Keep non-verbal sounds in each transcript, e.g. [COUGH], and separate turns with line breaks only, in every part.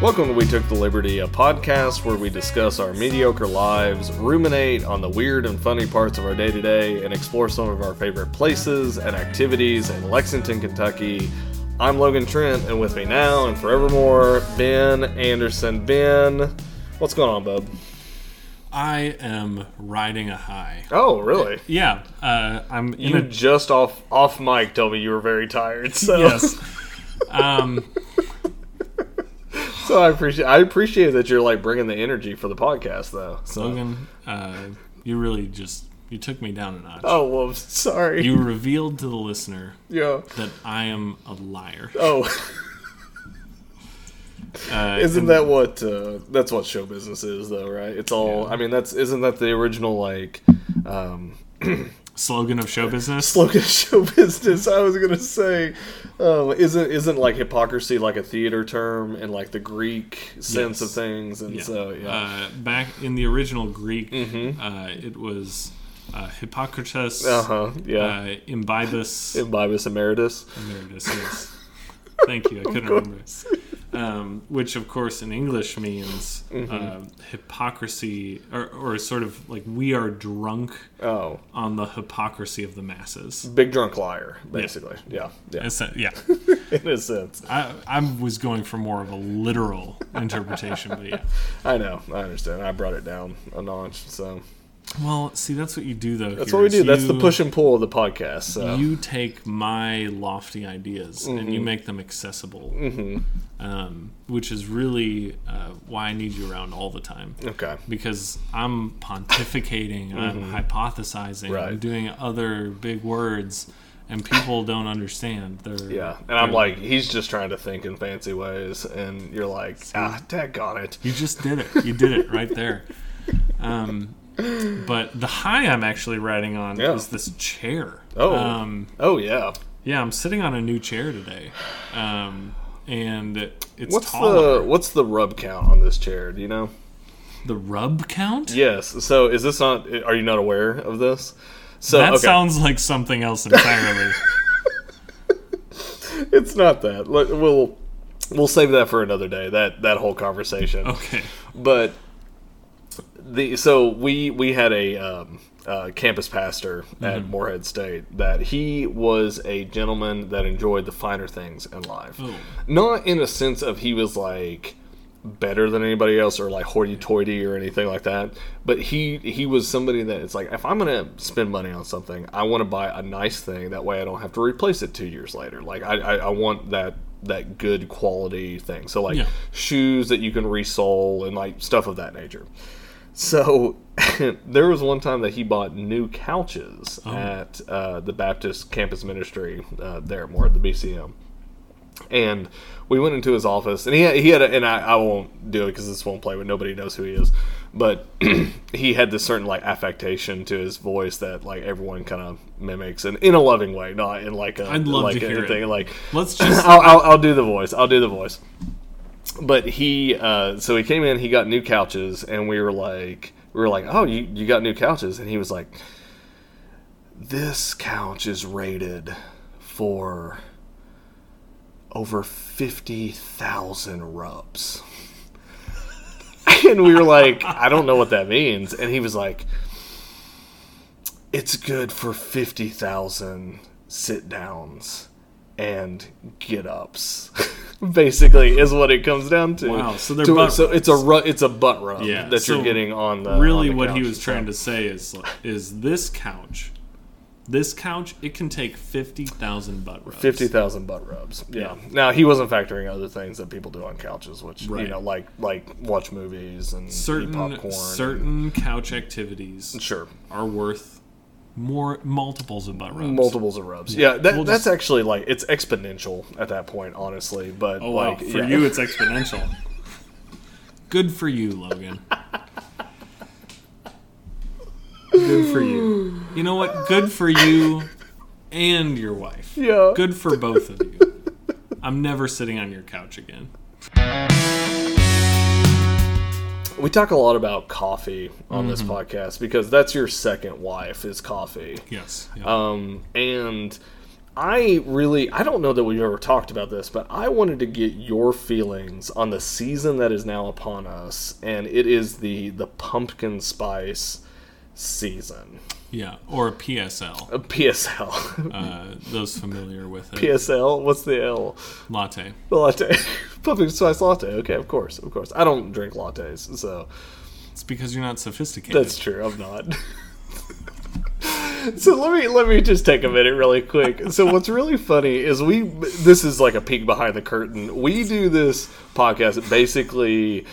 Welcome to We Took the Liberty, a podcast where we discuss our mediocre lives, ruminate on the weird and funny parts of our day to day, and explore some of our favorite places and activities in Lexington, Kentucky. I'm Logan Trent, and with me now and forevermore, Ben Anderson. Ben, what's going on, bub?
I am riding a high.
Oh, really?
Yeah, uh, I'm in
You
a
just off off mic told me you were very tired, so [LAUGHS]
yes. um,
so I appreciate I appreciate that you're like bringing the energy for the podcast though. So
Logan, uh, you really just you took me down a notch.
oh well, I'm sorry.
You revealed to the listener
yeah.
that I am a liar.
Oh. [LAUGHS]
Uh,
Isn't that what uh, that's what show business is though, right? It's all I mean that's isn't that the original like um
slogan of show business?
slogan of [LAUGHS] show business. I was gonna say, um, isn't isn't like hypocrisy like a theater term and like the Greek sense of
Yes.
things, and
Yeah.
so yeah, Mm-hmm.
Uh, back in the original Greek, uh, it was uh, Hippocrates,
uh huh, yeah,
uh, imbibus,
imbibus emeritus.
There it is. Yes.
[LAUGHS]
Thank you. I couldn't remember. Um, which, of course, in English means
Mm-hmm.
uh, hypocrisy, or, or sort of like we are drunk
Oh,
on the hypocrisy of the masses.
big drunk liar, basically. Yeah, yeah,
It's a- yeah,
[LAUGHS] in a sense.
I, I was going for more of a literal interpretation, but yeah.
I know, I understand. I brought it down a notch, so
Well, see, that's what you do, though.
that's what we do. that's the push and pull of the podcast. So
You take my lofty ideas and
Mm-hmm.
you make them accessible, um, which is really uh, why I need you around all the time.
okay,
because I'm pontificating, I'm hypothesizing, I'm
Mm-hmm. Right.
doing other big words, and people don't understand. They're
yeah, and I'm like, he's just trying to think in fancy ways, and you're like, ah, daggone it.
you just did it, you did it right there. Um, but the high I'm actually riding on
Yeah.
is this chair.
Oh.
um,
Oh yeah.
yeah, I'm sitting on a new chair today, um, and it's
What's
taller.
the what's the rub count on this chair? Do you know?
The, rub count?
Yes. So is this not? Are you not aware of this? So
That
okay,
sounds like something
[LAUGHS]
else entirely.
it's not that. Let- We'll we'll save that for another day. That that whole conversation.
okay.
But the so we we had a um, uh, campus pastor at
Mm-hmm.
Morehead State that he was a gentleman that enjoyed the finer things in life.
Oh.
Not in a sense of he was like better than anybody else or like hoity-toity or anything like that but he he was somebody that it's like if i'm gonna spend money on something i want to buy a nice thing that way i don't have to replace it two years later like i i, I want that that good quality thing so like
Yeah.
shoes that you can resole and like stuff of that nature so [LAUGHS] there was one time that he bought new couches at uh, the baptist campus ministry uh, there more at the bcm and we went into his office and he had, he had a, and I, I won't do it because this won't play but nobody knows who he is but [CLEARS THROAT] he had this certain like affectation to his voice that like everyone kind of mimics and in a loving way not in like a
I'd love
like
to hear it.
anything like
Let's
[LAUGHS]
just
I'll, I'll, I'll do the voice i'll do the voice but he uh, so he came in he got new couches and we were like we were like oh you, you got new couches and he was like this couch is rated for over 50,000 rubs. [LAUGHS] and we were like, I don't know what that means. And he was like, it's good for 50,000 sit downs and get ups. [LAUGHS] Basically, is what it comes down to.
Wow, so they're
To-
butt
so it's a ru- it's a butt rub
Yeah,
that
so
you're getting uh, on the
really
on the
what he
couch.
was trying to say is is this couch this couch it can take 50,000 butt rubs.
Fifty thousand butt rubs. Yeah. Now he wasn't factoring other things that people do on couches, which you
Right.
know, like like watch movies and eat
certain
popcorn.
certain couch activities
sure.
are worth more multiples of butt rubs.
Multiples of rubs. Yeah, that,
We'll
that's
just-
actually like it's exponential at that point, honestly. But
Oh, wow.
like
For
yeah.
you it's exponential. Good for you, Logan. Good for you. You know what? Good for you and your wife.
[LAUGHS] Yeah.
Good for both of you. I'm never sitting on your couch again.
we talk a lot about coffee on this
Mm-hmm.
Um, podcast because that's your second wife is coffee.
Yes.
Um, and I really I don't know that we've ever talked about this, but I wanted to get your feelings on the season that is now upon us, and it is the the pumpkin spice season. Uh,
Yeah, or PSL.
A [LAUGHS] PSL.
Uh, those familiar with it.
PSL, what's the L?
Latte.
The latte. [LAUGHS] Pumpkin spice latte. Okay, of course, of course. I don't drink lattes, so
It's because you're not sophisticated.
that's true. I'm not. [LAUGHS] so let me let me just take a minute really quick. So what's really funny is we this is like a peek behind the curtain. We do this podcast basically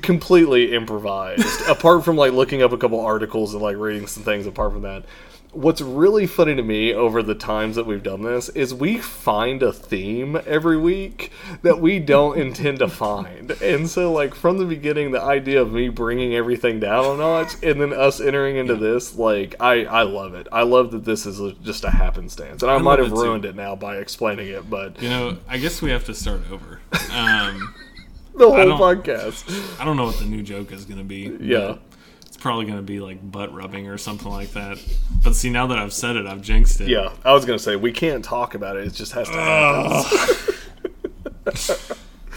completely improvised apart from like looking up a couple articles and like reading some things apart from that. What's really funny to me over the times that we've done this is we find a theme every week that we don't intend to find. And so, like, from the beginning, the idea of me bringing everything down a notch and then us entering into this, like, I, I love it. I love that this is a, just a happenstance. And I, might
love
have
it, too.
ruined it now by explaining it, but
You know, I guess we have to start over. Um,
the whole
don't-
podcast.
I don't know what the new joke is going to be.
Yeah.
It's probably going to be like butt rubbing or something like that. But see, now that I've said it, I've jinxed it.
Yeah. I was going to say, we can't talk about it. It just has to happen.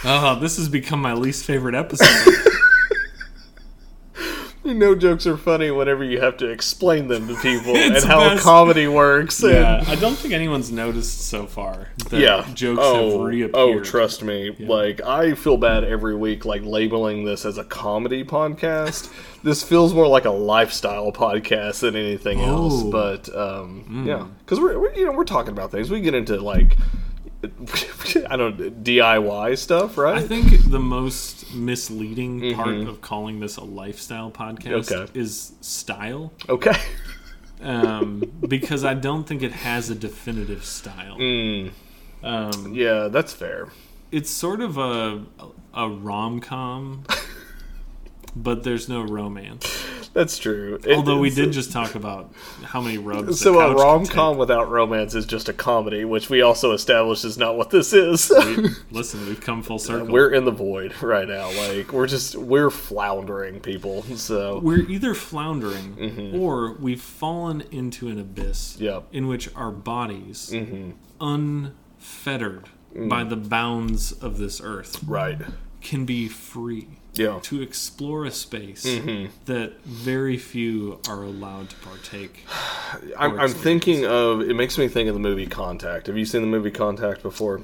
Oh, this has become my least favorite episode.
[LAUGHS] [LAUGHS] You know, jokes are funny whenever you have to explain them to people and
It's
how
best.
comedy works.
yeah,
and
I don't think anyone's noticed so far that
yeah.
jokes have reappeared.
Oh, trust me. Like I feel bad every week, like labeling this as a comedy
[LAUGHS]
podcast. this feels more like a lifestyle podcast than anything else.
Oh. Hmm.
But um, yeah, because we're, we're you know we're talking about things. We get into like [LAUGHS] I don't DIY stuff, right?
I think the most misleading part of calling this a lifestyle podcast
Mm-hmm. Okay.
is style,
okay. [LAUGHS]
um, because I don't think it has a definitive style.
Mm.
Um,
Yeah, that's fair.
it's sort of a a rom com,
[LAUGHS]
but there's no romance.
That's true. It-
Although we
it's-
did just talk about how many rubs.
So a
couch can
rom
take.
com without romance is just a comedy, which we also established is not what this is. [LAUGHS]
Listen, we've come full circle.
we're in the void [LAUGHS] right now. Like we're just we're floundering people. So
we're either floundering
Mm-hmm.
or we've fallen into an abyss
Yep.
in which our bodies,
Mm-hmm.
unfettered
Mm.
by the bounds of this earth,
right,
can be free
yeah,
to explore a space
Mm-hmm.
that very few are allowed to partake.
I'm, I'm thinking of it makes me think of the movie Contact. Have you seen the movie Contact before?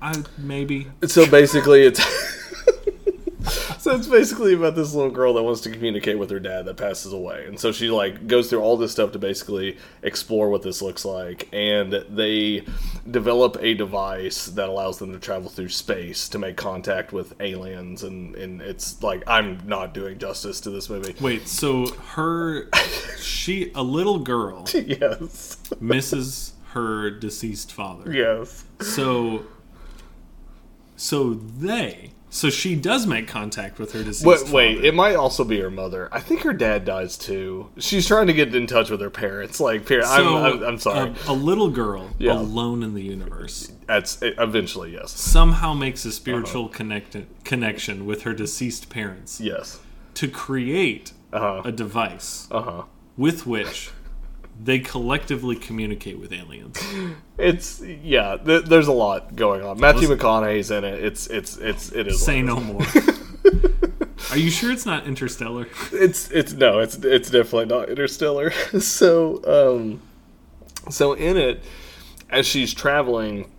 I maybe
So basically, it's [LAUGHS] so it's basically about this little girl that wants to communicate with her dad that passes away, and so she like goes through all this stuff to basically explore what this looks like, and they develop a device that allows them to travel through space to make contact with aliens, and and it's like I'm not doing justice to this movie. [LAUGHS]
wait. So her, she, a little girl,
Yes,
misses her deceased father.
yes,
So, so they, so she does make contact with her deceased.
But wait,
father.
it might also be her mother. I think her dad dies too. She's trying to get in touch with her parents. Like, par-
So, um,
I'm, I'm, I'm sorry.
A, a little girl
Yeah.
alone in the universe
That's eventually yes,
somehow makes
Uh-huh.
a spiritual connect, connection with her deceased parents
yes,
to create
Uh-huh.
a device
uh huh.
with which they collectively communicate with
[LAUGHS]
aliens.
It's yeah. Th- there's a lot going on. Matthew
Listen-
McConaughey's in it. It's it's it's it is.
Say no more. Are you sure it's not interstellar?
It's it's no. It's it's definitely not Interstellar. [LAUGHS] so um, so in it, as she's traveling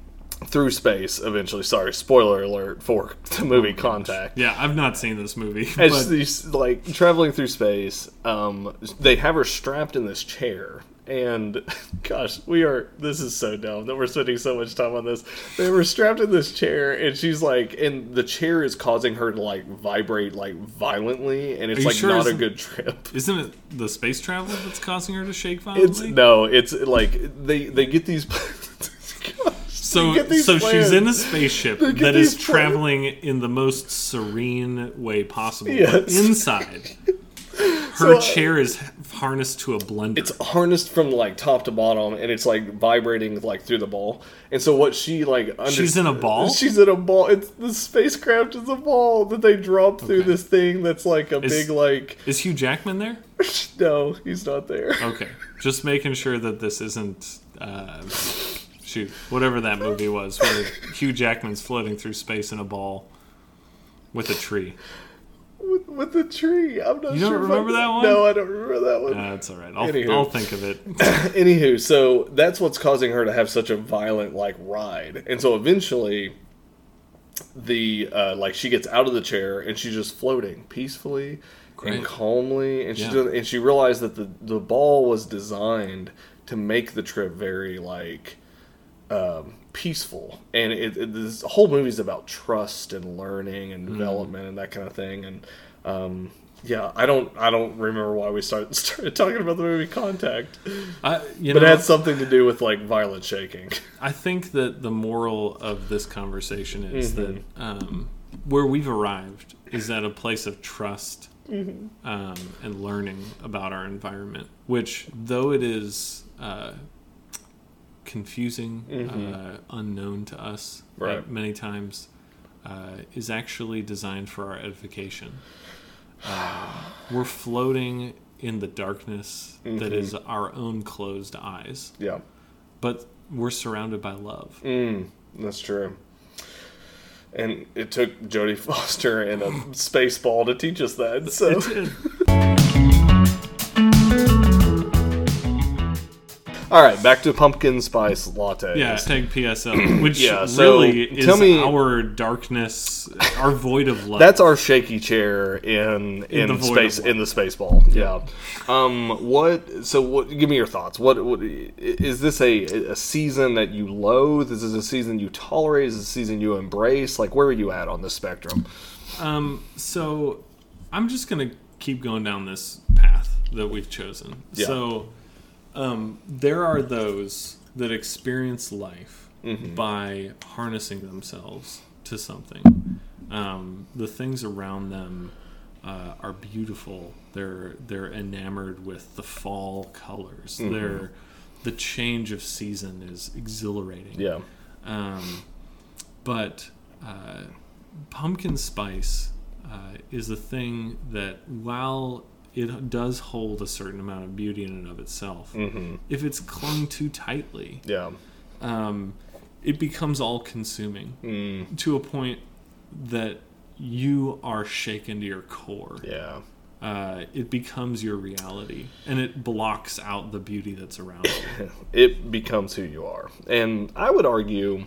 through space, eventually. Sorry, spoiler alert for [LAUGHS] the
Oh
movie Contact.
Yeah, I've not seen this movie.
as
but
she's like traveling through space, um, they have her strapped in this chair. And [LAUGHS] gosh, we are. This is so dumb that we're spending so much time on this. They were strapped in this chair, and she's like, and the chair is causing her to like vibrate like violently, and it's
you
like
sure
not a
isn't-
good
[LAUGHS]
trip.
isn't it the space travel that's causing her to shake
It's
violently?
no, it's like they they get these. [LAUGHS] gosh,
So,
they get these
so
plans.
she's in
[LAUGHS]
a spaceship that
these
is
plans.
traveling in the most serene way possible. But
Yes.
inside,
[LAUGHS]
her
So, uh,
chair is harnessed to a blender.
it's harnessed from like top to bottom and it's like vibrating like through the ball and so what she like under-
She's in a ball?
[LAUGHS] she's in a ball it's the spacecraft is a ball that they drop through
Okay.
this thing that's like a big like [LAUGHS]
is Hugh Jackman there?
no he's not there
Oh. Okay, just making sure that this isn't uh, shoot, whatever that movie was, where Hugh Jackman's floating through space in a ball with a tree.
With, with the tree. I'm not
You don't
sure. if I-
remember that one? Uh,
No, I don't remember that one.
That's all right. I'll,
Anywho.
I'll think of
[LAUGHS]
it.
[COUGHS] Anywho, so that's what's causing her to have such a violent like ride, and so eventually, the uh, like she gets out of the chair and she's just floating peacefully
Great.
and calmly, and she
Yeah.
doesn't and she realized that the the ball was designed to make the trip very like um, peaceful, and it, it, this whole movie's about trust and learning and
Mm.
development and that kind of thing, and. Um, yeah, I don't. I don't remember why we started [LAUGHS] started talking about the movie Contact.
I, Uh, you know,
But it had something to do with like violent shaking.
I think that the moral of this conversation is that um, where we've arrived is at a place of trust um, and learning about our environment, which, though it is uh, confusing, uh, unknown to us at
Right.
many times, uh, is actually designed for our edification. Uh, we're floating in the darkness that is our own closed eyes
[LAUGHS] Yeah,
but we're surrounded by love.
Mm. that's true. And it took Jodie Foster and a space ball to teach us that. So [LAUGHS] all right, back to pumpkin spice latte.
yeah, tag PSL, which
Yeah, so
really is
tell me-
our darkness, our void of love.
That's our shaky chair in in,
the void
space
of
in the space ball. Yeah. Um. What? So what? Give me your thoughts. What? What is this a a season that you loathe? Is this a season you tolerate? Is this a season you embrace? Like, where are you at on this spectrum?
um, so I'm just gonna keep going down this path that we've chosen.
Yeah.
So um, there are those that experience life by harnessing themselves to something. Um, the things around them uh, are beautiful. They're they're enamored with the fall colors. They're the change of season is exhilarating
Yeah.
um, but uh, pumpkin spice uh, is a thing that while it does hold a certain amount of beauty in and of itself
Mm-hmm.
if it's clung too tightly
Yeah.
um, it becomes all consuming
Mm.
to a point that you are shaken to your core
Yeah.
uh, it becomes your reality and it blocks out the beauty that's around you
it becomes who you are. And I would argue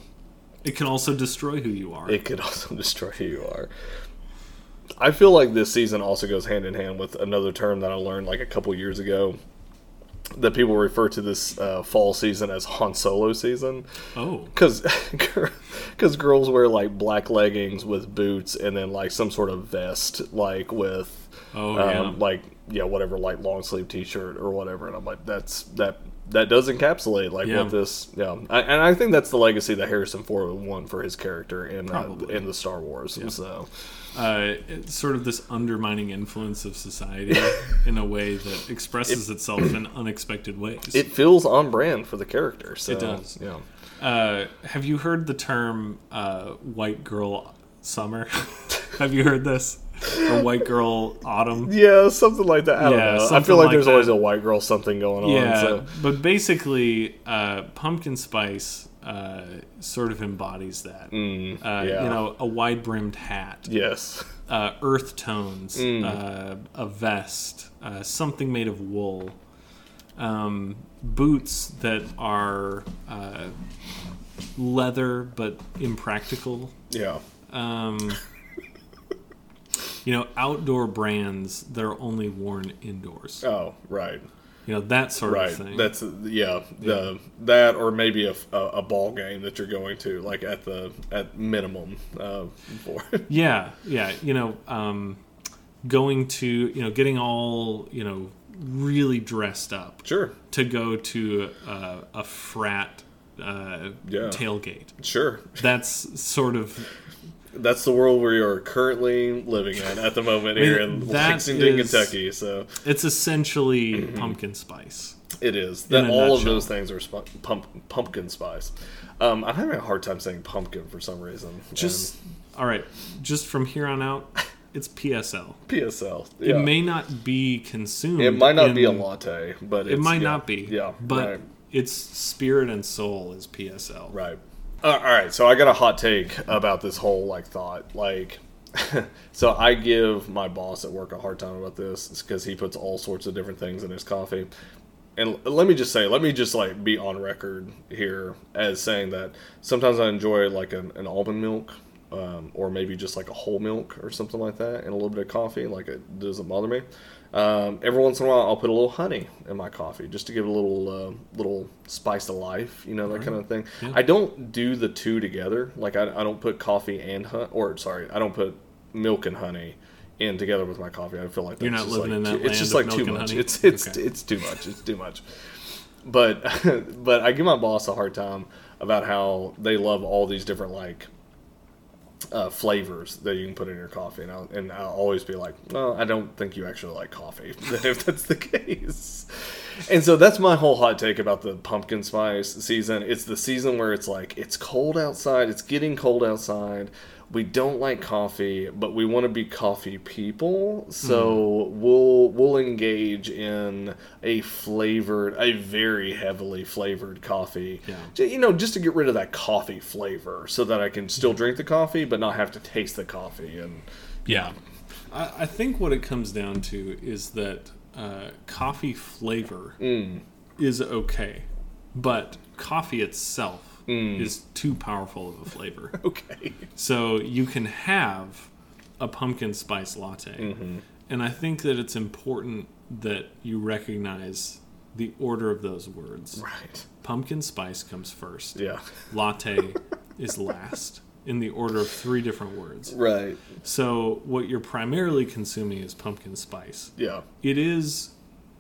it can also destroy who you are
it could [LAUGHS] also destroy who you are. I feel like this season also goes hand in hand with another term that I learned like a couple years ago that people refer to this uh, fall season as Han Solo season
oh
[LAUGHS] because because girls wear like black leggings with boots and then like some sort of vest like with um,
Oh, yeah.
like yeah whatever like long sleeve t-shirt or whatever and i'm like that's that that does encapsulate like
Yeah.
what this yeah I, and i think that's the legacy that harrison ford won for his character in uh,
Probably.
in the star wars so
uh, it's sort of this undermining influence of
[LAUGHS]
society in a way that expresses itself in unexpected ways.
it feels on brand for the character so it
does.
yeah
uh, have you heard the term uh, "white girl summer"? [LAUGHS] have you heard this? Or "white girl autumn"?
yeah something like that i
Yeah,
don't know i
something
feel like,
like
there's
that.
always a white girl something going on
Yeah,
so
Oh, but basically, uh, pumpkin spice uh, sort of embodies that. uh,
Mm, yeah.
You know, a wide brimmed hat.
yes
uh, earth tones,
Mm.
uh, a vest, uh, something made of wool, um, boots that are uh, leather but impractical.
yeah
Um, you know, outdoor brands that are only worn indoors.
oh right
You know, that sort
Right.
of thing.
That's uh, yeah, The that or maybe a, a, a ball game that you're going to like at the at minimum uh, for. [LAUGHS]
Yeah, yeah. You know, um, going to, you know, getting all, you know, really dressed up.
sure.
to go to a, a frat uh,
Yeah.
tailgate.
Sure.
That's sort of
That's the world we are currently living in at the moment here in
that
Lexington,
is-
Kentucky. So
it's essentially
Mm-hmm.
pumpkin spice.
it is that
a
all of
nutshell.
those things are sp- pump, pumpkin spice. Um, I'm having a hard time saying pumpkin for some reason.
Just all right. Just from here on out, it's PSL.
And PSL. Yeah.
It may not be consumed.
It might not be a
in-
latte, but
It
it's-
might
yeah.
not be.
Yeah,
but
right.
It's spirit and soul is PSL.
Right. Uh, all right. So I got a hot take about this whole like thought. Like, [LAUGHS] so I give my boss at work a hard time about this because he puts all sorts of different things in his coffee. And l- let me just say, let me just like be on record here as saying that sometimes I enjoy like an, an almond milk. Um, or maybe just like a whole milk or something like that, and a little bit of coffee. Like it doesn't bother me. Um, every once in a while, I'll put a little honey in my coffee just to give it a little uh, little spice to life, you know, that kind of thing. I don't do the two together. Like I, I don't put coffee and honey, or sorry, I don't put milk and honey in together with my coffee. I feel like that's
not
just
living
like
in that
too-
land
It's just
of
like
milk
too
and
much.
honey?
It's it's
Okay.
it's too much. It's too much. But but [LAUGHS] I give my boss a hard time about how they love all these different like uh, flavors that you can put in your coffee, and I'll, and I'll always be like, well, I don't think you actually like coffee [LAUGHS] if that's the case. And so that's my whole hot take about the pumpkin spice season. It's the season where it's like it's cold outside, it's getting cold outside. We don't like coffee, but we want to be coffee people, so we'll we'll engage in a flavored, a very heavily flavored coffee.
Yeah.
J- you know, just to get rid of that coffee flavor, so that I can still drink the coffee but not have to taste the coffee. And [LAUGHS]
Yeah. I, I think what it comes down to is that uh, coffee flavor
Mm.
is okay, but coffee itself
Mm.
is too powerful of a flavor.
okay,
So you can have a pumpkin spice latte.
Mm-hmm.
And I think that it's important that you recognize the order of those words.
right,
Pumpkin spice comes first,
yeah, [LAUGHS]
latte is last in the order of three different words.
right,
So what you're primarily consuming is pumpkin spice.
yeah,
It is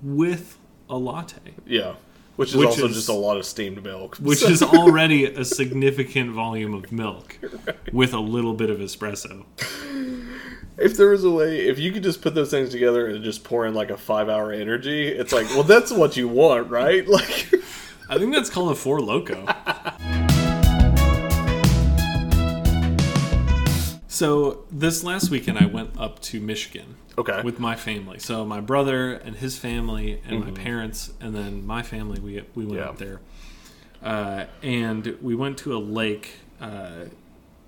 with
[LAUGHS]
a latte,
yeah. Which is
Which
also
is-
just a lot of steamed milk.
which is already a significant volume of milk with a little bit of espresso.
[LAUGHS] If there was a way, if you could just put those things together and just pour in like a five hour energy, it's like, well, that's what you want, right? [LAUGHS] Like,
I think that's called a four loco. so this last weekend, I went up to Michigan
okay,
[LAUGHS] with my family. So my brother and his family and my parents, and then my family. We we went
Yeah.
up there, uh, and we went to a lake uh,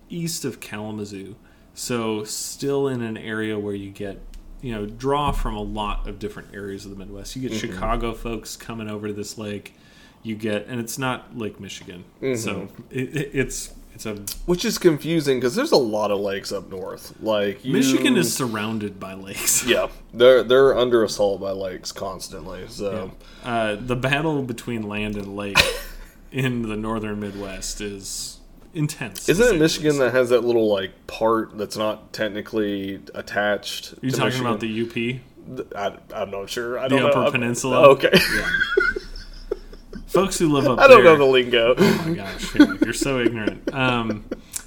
east of Kalamazoo. So still in an area where you get you know draw from a lot of different areas of the Midwest. You get Chicago folks coming over to this lake. You get and it's not Lake Michigan, so it, it, it's it's a
which is confusing because there's a lot of lakes up north. Like, you,
Michigan is surrounded by lakes. [LAUGHS]
yeah, they're they're under assault by lakes constantly. So
Uh, the battle between land and lake in the northern Midwest is intense. to say
Isn't
the
it Michigan
least.
that has that little like part that's not technically attached?
You're
to
talking
Michigan?
about the
I, I'm not sure. I don't know.
Upper
I'm-
Peninsula?
[LAUGHS] Okay,
UP? Folks who live
[LAUGHS]
up
I don't
there.
know the lingo.
Oh my [LAUGHS] gosh, yeah, you're so ignorant. Um,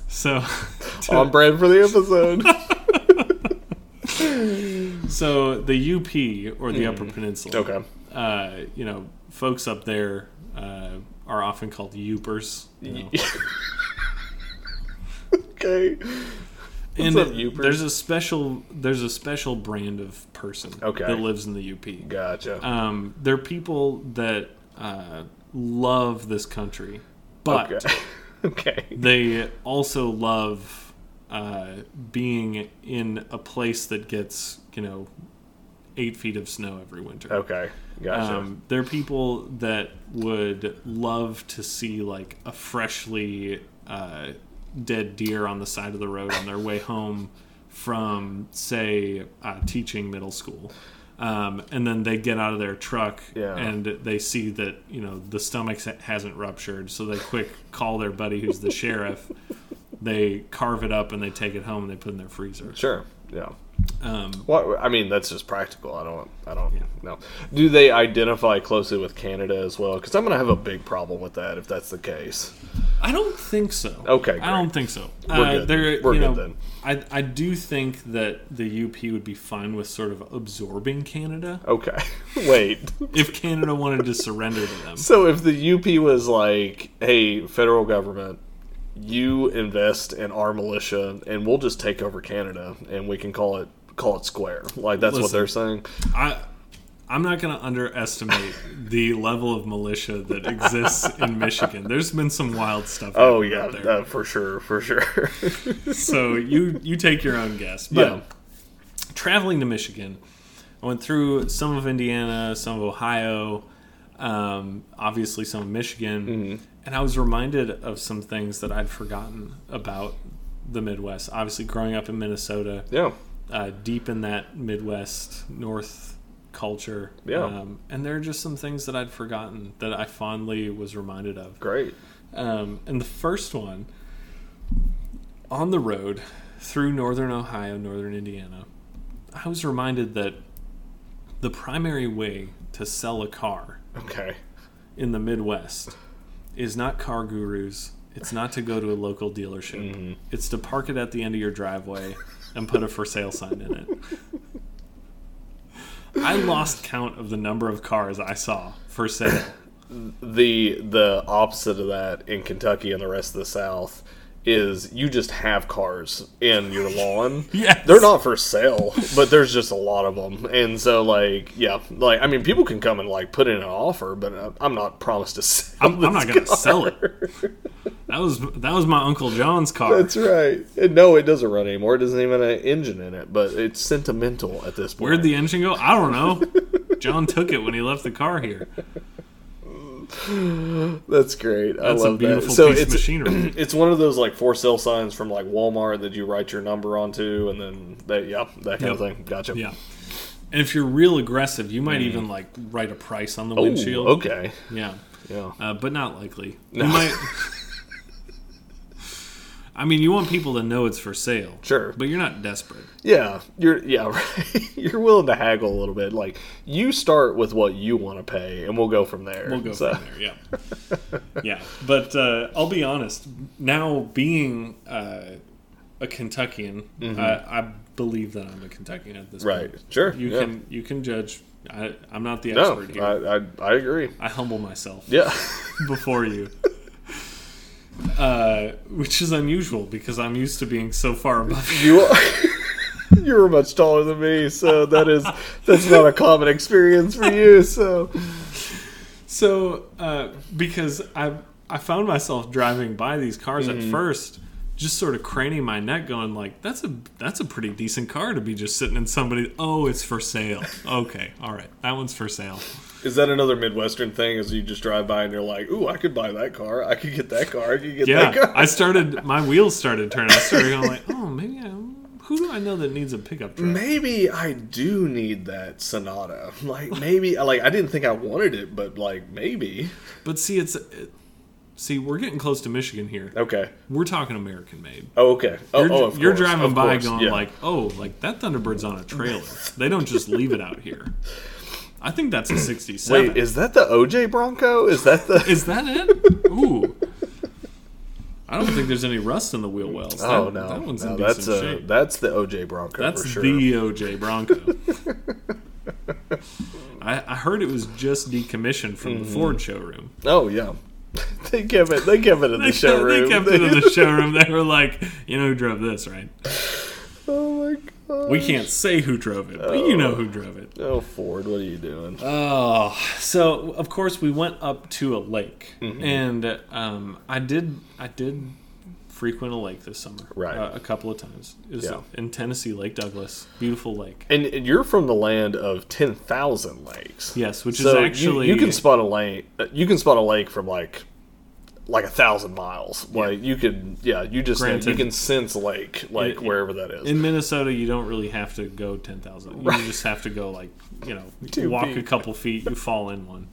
so, [LAUGHS]
[LAUGHS] On brand for the episode.
so the UP or the Upper Peninsula.
Mm-hmm. okay.
Uh, you know, folks up there uh, are often called Upers. you
[LAUGHS]
know.
Okay.
and
up, Upers?
there's a special there's a special brand of person
Okay.
that lives in the UP.
Gotcha.
um, they're people that uh, love this country, but
okay. [LAUGHS] okay.
they also love uh, being in a place that gets you know eight feet of snow every winter.
Okay. Gotcha.
Um, they're people that would love to see like a freshly uh, dead deer on the side of the road on their way home from, say, uh, teaching middle school. Um, and then they get out of their truck
Yeah.
and they see that you know the stomach sa- hasn't ruptured, so they quick call their buddy who's the sheriff. They carve it up and they take it home and they put it in their freezer.
sure. Yeah.
Um,
Well, I mean that's just practical. I don't. I don't know. Do they identify closely with Canada as well? Because I'm gonna have a big problem with that if that's the case.
I don't think so.
Okay,
I don't think so.
We're
uh,
good.
There,
We're
you know,
good then.
I, I do think that the UP would be fine with sort of absorbing Canada
Okay. [LAUGHS] Wait.
if Canada wanted to surrender to them.
So if the UP was like, "Hey, federal government, you invest in our militia, and we'll just take over Canada, and we can call it call it square," like that's what
Listen.
they're saying.
I I'm not going to underestimate the level of militia that exists in Michigan. There's been some wild stuff.
Oh
happening
yeah,
out there.
uh, for sure, for sure. [LAUGHS]
so you you take your own guess. But
Yeah.
traveling to Michigan, I went through some of Indiana, some of Ohio, um, obviously some of Michigan,
Mm-hmm.
and I was reminded of some things that I'd forgotten about the Midwest. Obviously, growing up in Minnesota,
yeah,
uh, deep in that Midwest North culture,
Yeah.
um, and there are just some things that I'd forgotten that I fondly was reminded of.
great.
Um, and the first one, on the road through northern Ohio, northern Indiana, I was reminded that the primary way to sell a car
Okay.
in the Midwest is not car gurus. It's not to go to a local dealership. It's to park it at the end of your driveway and put a for sale sign in it. I lost count of the number of cars I saw for sale.
The the opposite of that in Kentucky and the rest of the South is you just have cars in your lawn.
[LAUGHS] Yes.
They're not for sale, but there's just a lot of them. And so like, yeah, like I mean people can come and like put in an offer, but uh, I'm not promised [LAUGHS] to sell.
I'm, I'm
this
not gonna
car.
sell it. That was that was my uncle John's car.
That's right. And no, it doesn't run anymore. It doesn't even have an engine in it, but it's sentimental at this point.
Where'd the engine go? I don't know. John took it when he left the car here.
That's great.
That's
I
a
love
beautiful
that. So
piece of
it's
machinery.
[CLEARS THROAT] it's one of those like for sale signs from like Walmart that you write your number onto, and then that yeah that kind
Yep.
of thing. Gotcha.
Yeah. And if you're real aggressive, you might even like write a price on the
Ooh,
windshield.
Mm. Oh, okay.
Yeah.
Yeah.
Uh, but not likely.
[LAUGHS]
You might I mean, you want people to know it's for sale.
Sure.
But you're not desperate.
Yeah. You're yeah [LAUGHS] right. you're willing to haggle a little bit. Like you start with what you want to pay, and we'll go from there.
We'll go
So-
from there. Yeah, yeah. But uh, I'll be honest. Now being uh, a Kentuckian, I, I believe that I'm a Kentuckian at this
Mm-hmm. Right.
point.
Sure.
You
yeah.
can you can judge. I, I'm not the
No,
expert here.
I, I I agree.
I humble myself
Yeah.
[LAUGHS]
[LAUGHS]
before you. Uh, which is unusual because I'm used to being so far above. you.
You are. [LAUGHS] You were much taller than me, so that is that's not a common experience for you. So
So uh, because I I found myself driving by these cars at first, just sort of craning my neck, going like, "That's a that's a pretty decent car to be just sitting in somebody." Oh, it's for sale. Okay, all right, that one's for sale.
Is that another Midwestern thing? Is you just drive by and you're like, "Ooh, I could buy that car. I could get that car. I could get that
Yeah,
car."
I started my wheels started turning. I started going like, "Oh, maybe I." Who do I know that needs a pickup
Mm.
truck?
Maybe I do need that Sonata. [LAUGHS] Like maybe, like I didn't think I wanted it, but like maybe.
But see, it's it, see, we're getting close to Michigan here.
Okay.
We're talking American made.
Oh, okay. Oh,
You're,
oh, of
you're
course,
driving
of
by
course,
going
yeah.
like, oh, like that Thunderbird's on
[LAUGHS]
a trailer. they don't just leave it out here. I think that's a 67.
"Wait, is that the OJ Bronco? Is that the?"
Is [LAUGHS] that
[LAUGHS]
it? Ooh. I don't think there's any rust in the wheel wells. That-
oh no,
that one's
no
in
that's
decent
a
shape.
that's the OJ Bronco
That's
for sure.
the
[LAUGHS]
OJ Bronco. I, I heard it was just decommissioned from
Mm-hmm.
the Ford showroom.
Oh yeah, [LAUGHS] they give it they give it in the showroom.
[LAUGHS] they kept it in the showroom. They were like, you know who drove this, right?
[LAUGHS] oh my god.
We can't say who drove it, but you know who drove it.
Oh Ford, what are you doing?
Oh, so of course we went up to a lake,
Mm-hmm.
and um, I did I did frequent a lake this summer,
Right.
Uh, a couple of times. It was
Yeah.
in Tennessee, Lake Douglas, beautiful lake.
And and you're from the land of ten thousand lakes.
Yes, which
so
is
you-
actually
you, can spot a lake. uh, You can spot a lake from like like a thousand miles. Like you could, yeah. You just know- you
Granted.
can sense lake like
In-
wherever that is.
in Minnesota. You don't really have to go ten thousand. You just have to go like you know
[LAUGHS] Two
walk a
feet.
couple feet, you fall in one.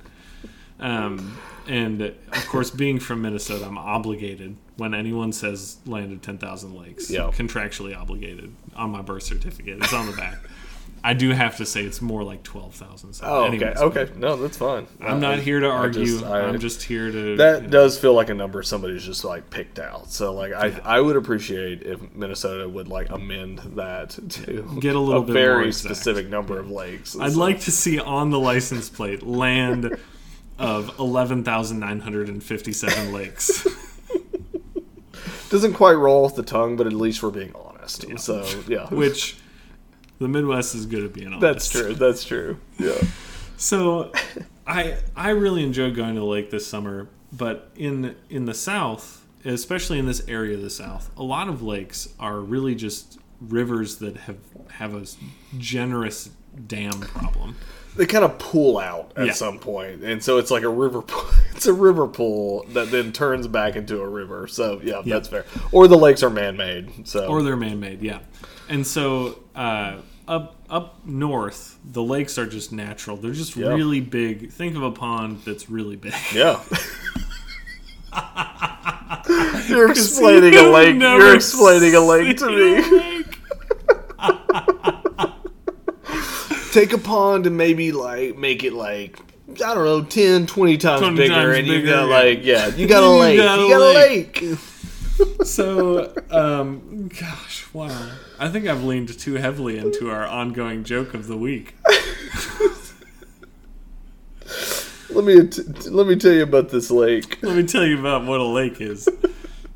Um, and of course, being from Minnesota, I'm obligated when anyone says land of 10,000 lakes,
Yeah.
contractually obligated on my birth certificate. It's on the back. I do have to say it's more like 12,000. So
oh, okay,
anyways,
okay. No, that's fine.
I'm not here to argue.
just- I-
I'm just here to.
That
you know,
does feel like a number somebody's just like picked out. So like I, I would appreciate if Minnesota would like amend that [LAUGHS] to
Get a little bit more
very
exact.
specific number of lakes.
I'd like to see on the license plate land of
[LAUGHS]
11,957 lakes.
doesn't quite roll off the tongue, but at least we're being honest. So yeah,
[LAUGHS] which the Midwest is good at being honest.
that's true. That's true. Yeah.
so I I really enjoyed going to the lake this summer, but in in the south, especially in this area of the south, a lot of lakes are really just rivers that have have a generous dam problem.
They kind of pull out at
Yeah.
some point, and so it's like a river. [LAUGHS] Pool. It's a river pool that then turns back into a river. So yeah, that's fair. Or the lakes are man-made. So
or they're man-made yeah and so uh, up up north the lakes are just natural they're just
Yeah.
really big think of a pond that's really big
yeah. [LAUGHS]
[LAUGHS]
You're explaining a lake.
Never
You're explaining a lake to
seen a
me.
lake.
[LAUGHS] Take a pond and maybe like make it like I don't know 10, 20 times
20
bigger,
times
and you
bigger,
got
yeah.
like
[LAUGHS]
yeah, you got a
You
lake.
got a
you got
lake.
a lake.
so um, gosh wow i think i've leaned too heavily into our ongoing joke of the week
Let me t- t- let me tell you about this lake.
Let me tell you about what a lake is.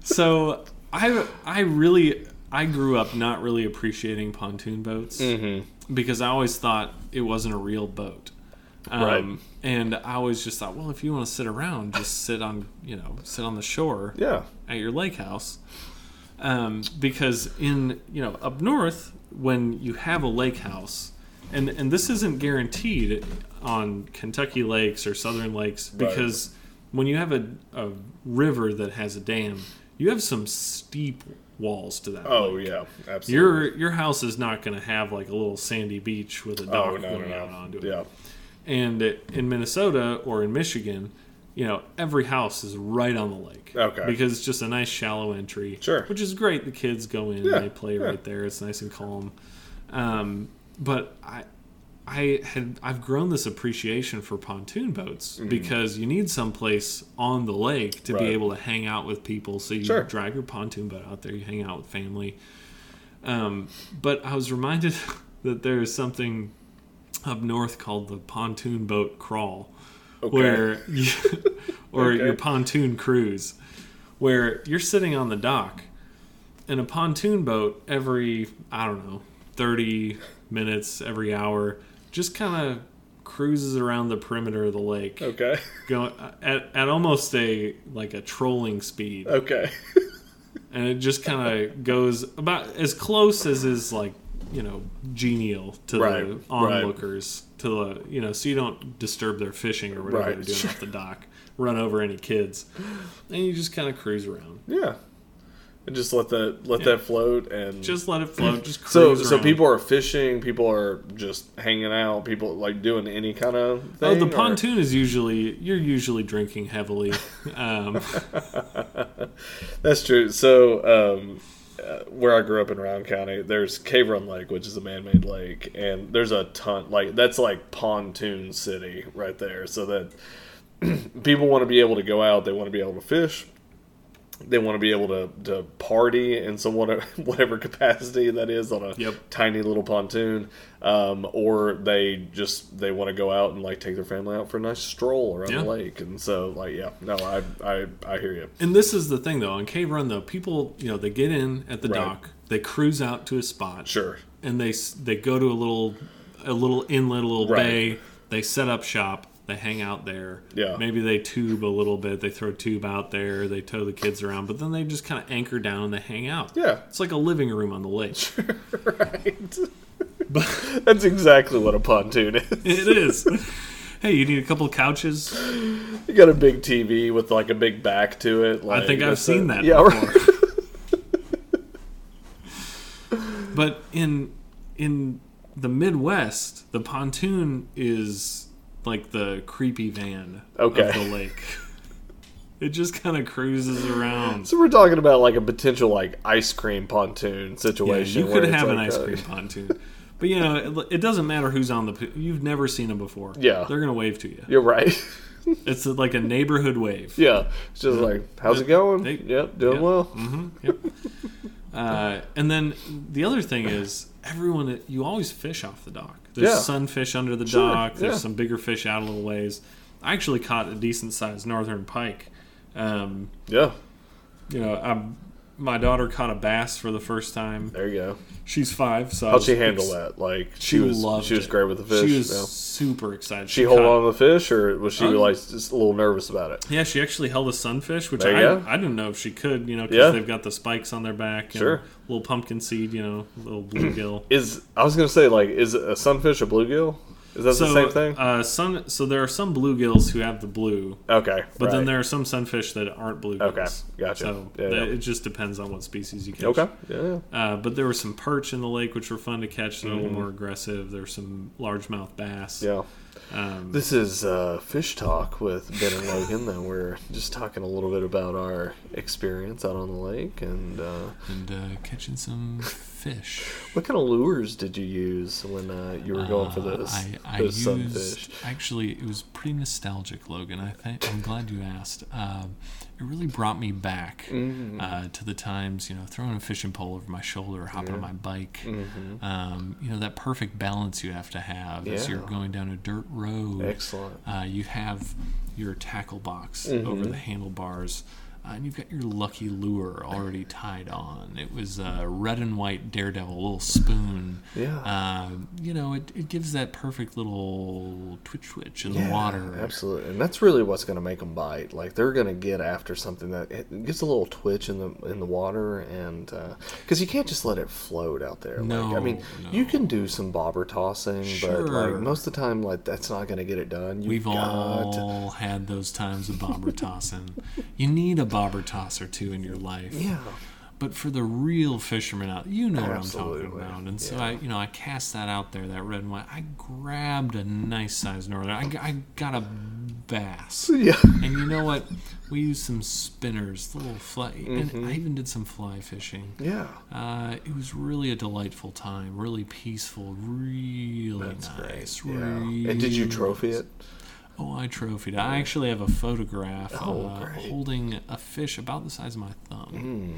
So I I really I grew up not really appreciating pontoon boats because I always thought it wasn't a real boat. Um,
Right.
And I always just thought, well, if you want to sit around, just sit on you know sit on the shore
Yeah.
at your lake house. Um, because in you know up north, when you have a lake house, and and this isn't guaranteed on Kentucky lakes or southern lakes, because when you have a, a river that has a dam, you have some steep walls to that.
Oh yeah, absolutely.
Your your house is not going to have like a little sandy beach with a dock
oh no no
going out
no.
onto it.
Yeah.
And in Minnesota or in Michigan, you know, every house is right on the lake.
Okay.
Because it's just a nice shallow entry.
Sure.
Which is great. The kids go in,
Yeah,
they play
yeah.
right there. It's nice and calm. Um, but I I had I've grown this appreciation for pontoon boats because you need someplace on the lake to be
Mm-hmm. Right.
able to hang out with people. So you
Sure.
drive your pontoon boat out there, you hang out with family. Um, but I was reminded [LAUGHS] that there is something up north called the pontoon boat crawl,
Okay.
where you, [LAUGHS] or
Okay.
your pontoon cruise, where you're sitting on the dock, and a pontoon boat every I don't know thirty minutes every hour just kind of cruises around the perimeter of the lake,
Okay.
going at, at almost a like a trolling
[LAUGHS]
speed,
Okay.
and it just kind of goes about as close as is like you know genial to
Right,
the
right.
onlookers to the you know so you don't disturb their fishing or whatever
Right,
they're doing
sure.
off the dock run over any kids and you just kind of cruise around
yeah. And just let that let that float and
just let it float just cruise
so
around.
so people are fishing, people are just hanging out, people like doing any kind of thing.
Oh, the
or-
pontoon is usually you're usually
[LAUGHS]
drinking heavily. Um,
That's true. So, um, uh, where I grew up in Round County, there's Cave Run Lake, which is a man-made lake, and there's a ton like that's like pontoon city right there. So that [CLEARS THROAT] people want to be able to go out, they want to be able to fish, they want to be able to, to party in some what- [LAUGHS] whatever capacity that is on a
Yep.
tiny little pontoon, um, or they just they want to go out and like take their family out for a nice stroll around
Yeah.
the lake. And so, like, yeah, no, I I, I hear you.
and this is the thing though on Cave Run though people you know they get in at the
Right.
dock they cruise out to a spot
Sure.
and they s- they go to a little a little inlet, a little
Right.
bay. They set up shop. They hang out there.
Yeah.
Maybe they tube a little bit. They throw a tube out there. They tow the kids around, but then they just kind of anchor down and they hang out.
Yeah.
It's like a living room on the lake.
[LAUGHS] Right. That's exactly what a pontoon is.
it is. Hey, you need a couple couches?
You got a big TV with like a big back to it. Like,
I think I've
that's
seen
a-
that.
Yeah, right.
before. but in in the Midwest, the pontoon is like the creepy van
Okay.
of the lake. It just kind of cruises
[LAUGHS]
around.
So we're talking about like a potential like ice cream pontoon
Yeah,
situation.
you
where
could
it's
have an
like uh,
ice
a- [LAUGHS]
cream pontoon. But you know, it, it doesn't matter who's on the. p- You've never seen them before.
Yeah.
they're gonna wave to you.
You're right. [LAUGHS]
It's uh, like a neighborhood wave.
yeah, it's just like how's it going?
They-
yep, doing
yeah. Mm-hmm.
well.
Yep. Uh, and then the other thing is, everyone, you always fish off the dock. There's
Yeah.
sunfish under the
Sure,
dock. There's
yeah.
some bigger fish out a little ways. I actually caught a decent sized northern pike. Um,
Yeah,
you know, I, my daughter caught a bass for the first time.
There you go.
She's five, so I
How'd
was
she handle
ex-
that? Like she,
She,
was
loved
she was
it.
great with the fish.
She was
yeah.
super excited.
She hold
caught-
on to the fish, or was she
Um,
like just a little nervous about it?
Yeah, she actually held a sunfish, which
There you go.
I, I didn't know if she could, you know, because
Yeah.
they've got the spikes on their back. And
Sure.
Little pumpkin seed, you know,
[CLEARS THROAT]
little bluegill.
Is I was gonna say like is a sunfish a bluegill? Is that the same thing?
Uh, some, so there are some bluegills who have the blue,
okay,
but then
right.
there are some sunfish that aren't bluegills.
Okay, gotcha.
So
Yeah,
that-
yeah.
it just depends on what species you catch.
okay, yeah,
Uh, but there were some perch in the lake, which were fun to catch. They're a little more aggressive. There were some largemouth bass.
Mm-hmm. yeah.
Um,
This is uh, fish talk with Ben and Logan. That we're just talking a little bit about our experience out on the lake and uh,
and uh, catching some fish.
what kind of lures did you use when uh, you were going for
Uh,
this,
I, I
this
used,
sunfish?
Actually, it was pretty nostalgic, Logan. I think I'm glad you asked. Um it really brought me back
Mm-hmm.
uh, to the times, you know, throwing a fishing pole over my shoulder, or hopping on my bike. Um, you know, that perfect balance you have to have as
Mm-hmm. Yeah.
you're going down a dirt road.
Excellent.
Uh, you have your tackle box
Mm-hmm.
over the handlebars, uh, and you've got your lucky lure already tied on. It was a red and white daredevil little spoon.
Yeah.
Uh, you know, it, it gives that perfect little twitch twitch in
Yeah,
the water.
Absolutely, and that's really what's going to make them bite. Like they're going to get after something that it gets a little twitch in the in the water, and because you can't just let it float out there. like, I mean,
No,
you can do some bobber tossing, but like
Sure.
most of the time, like that's not going to get it done. You've
We've
got to-
all had those times of bobber tossing. you need a bobber toss or two in your life.
yeah,
But for the real fishermen out, you know what I'm
Absolutely,
talking about. And so I, you know, I cast that out there, that red and white. I grabbed a nice sized northern. I, g- I got a bass.
yeah,
And you know what? We used some spinners, little fly,
Mm-hmm.
and I even did some fly fishing.
[LAUGHS] yeah.
Uh, it was really a delightful time, really peaceful, really nice.
Yeah.
Really
And did you trophy it?
Oh, I trophied. it. I actually have a photograph
Oh,
uh,
great.
holding a fish about the size of my thumb.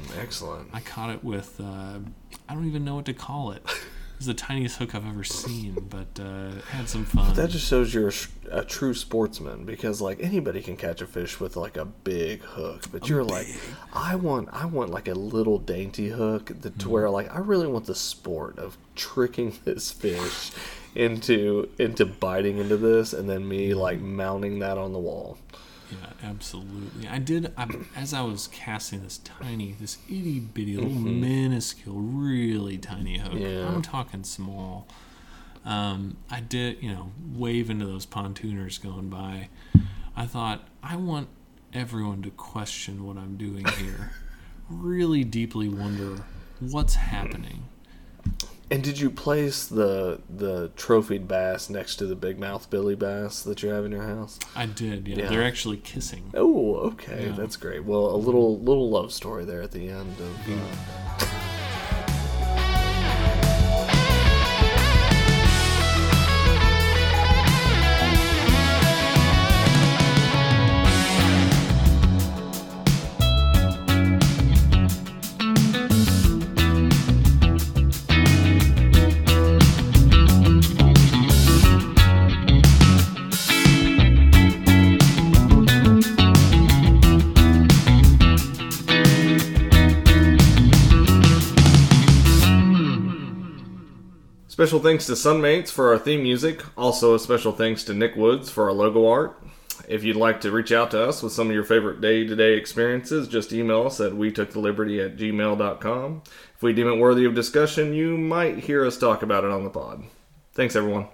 Mm, excellent.
I caught it with uh, I don't even know what to
[LAUGHS]
call it. It was the tiniest hook I've ever seen, but uh, had some fun.
That just shows you're a, sh- a true sportsman because like anybody can catch a fish with like a big hook, but you're like, I want I want like a little dainty hook that, to where like I really want the sport of tricking [LAUGHS] this fish into into biting into this and then me like mounting that on the wall.
yeah, absolutely. I did. I, as I was casting this tiny, this itty bitty little minuscule, really tiny hook.
Mm-hmm. Yeah.
I'm talking small. Um, I did, you know, wave into those pontooners going by. I thought I want everyone to question what I'm doing
[LAUGHS]
here. really deeply wonder what's happening.
And did you place the the trophied bass next to the big mouth billy bass that you have in your house?
I did, yeah.
Yeah.
They're actually kissing.
Oh, okay,
Yeah.
that's great. Well, a little little love story there at the end of. Uh, Special thanks to Sunmates for our theme music. Also, a special thanks to Nick Woods for our logo art. If you'd like to reach out to us with some of your favorite day to day experiences, just email us at we took the liberty at gmail.com. If we deem it worthy of discussion, you might hear us talk about it on the pod. Thanks, everyone.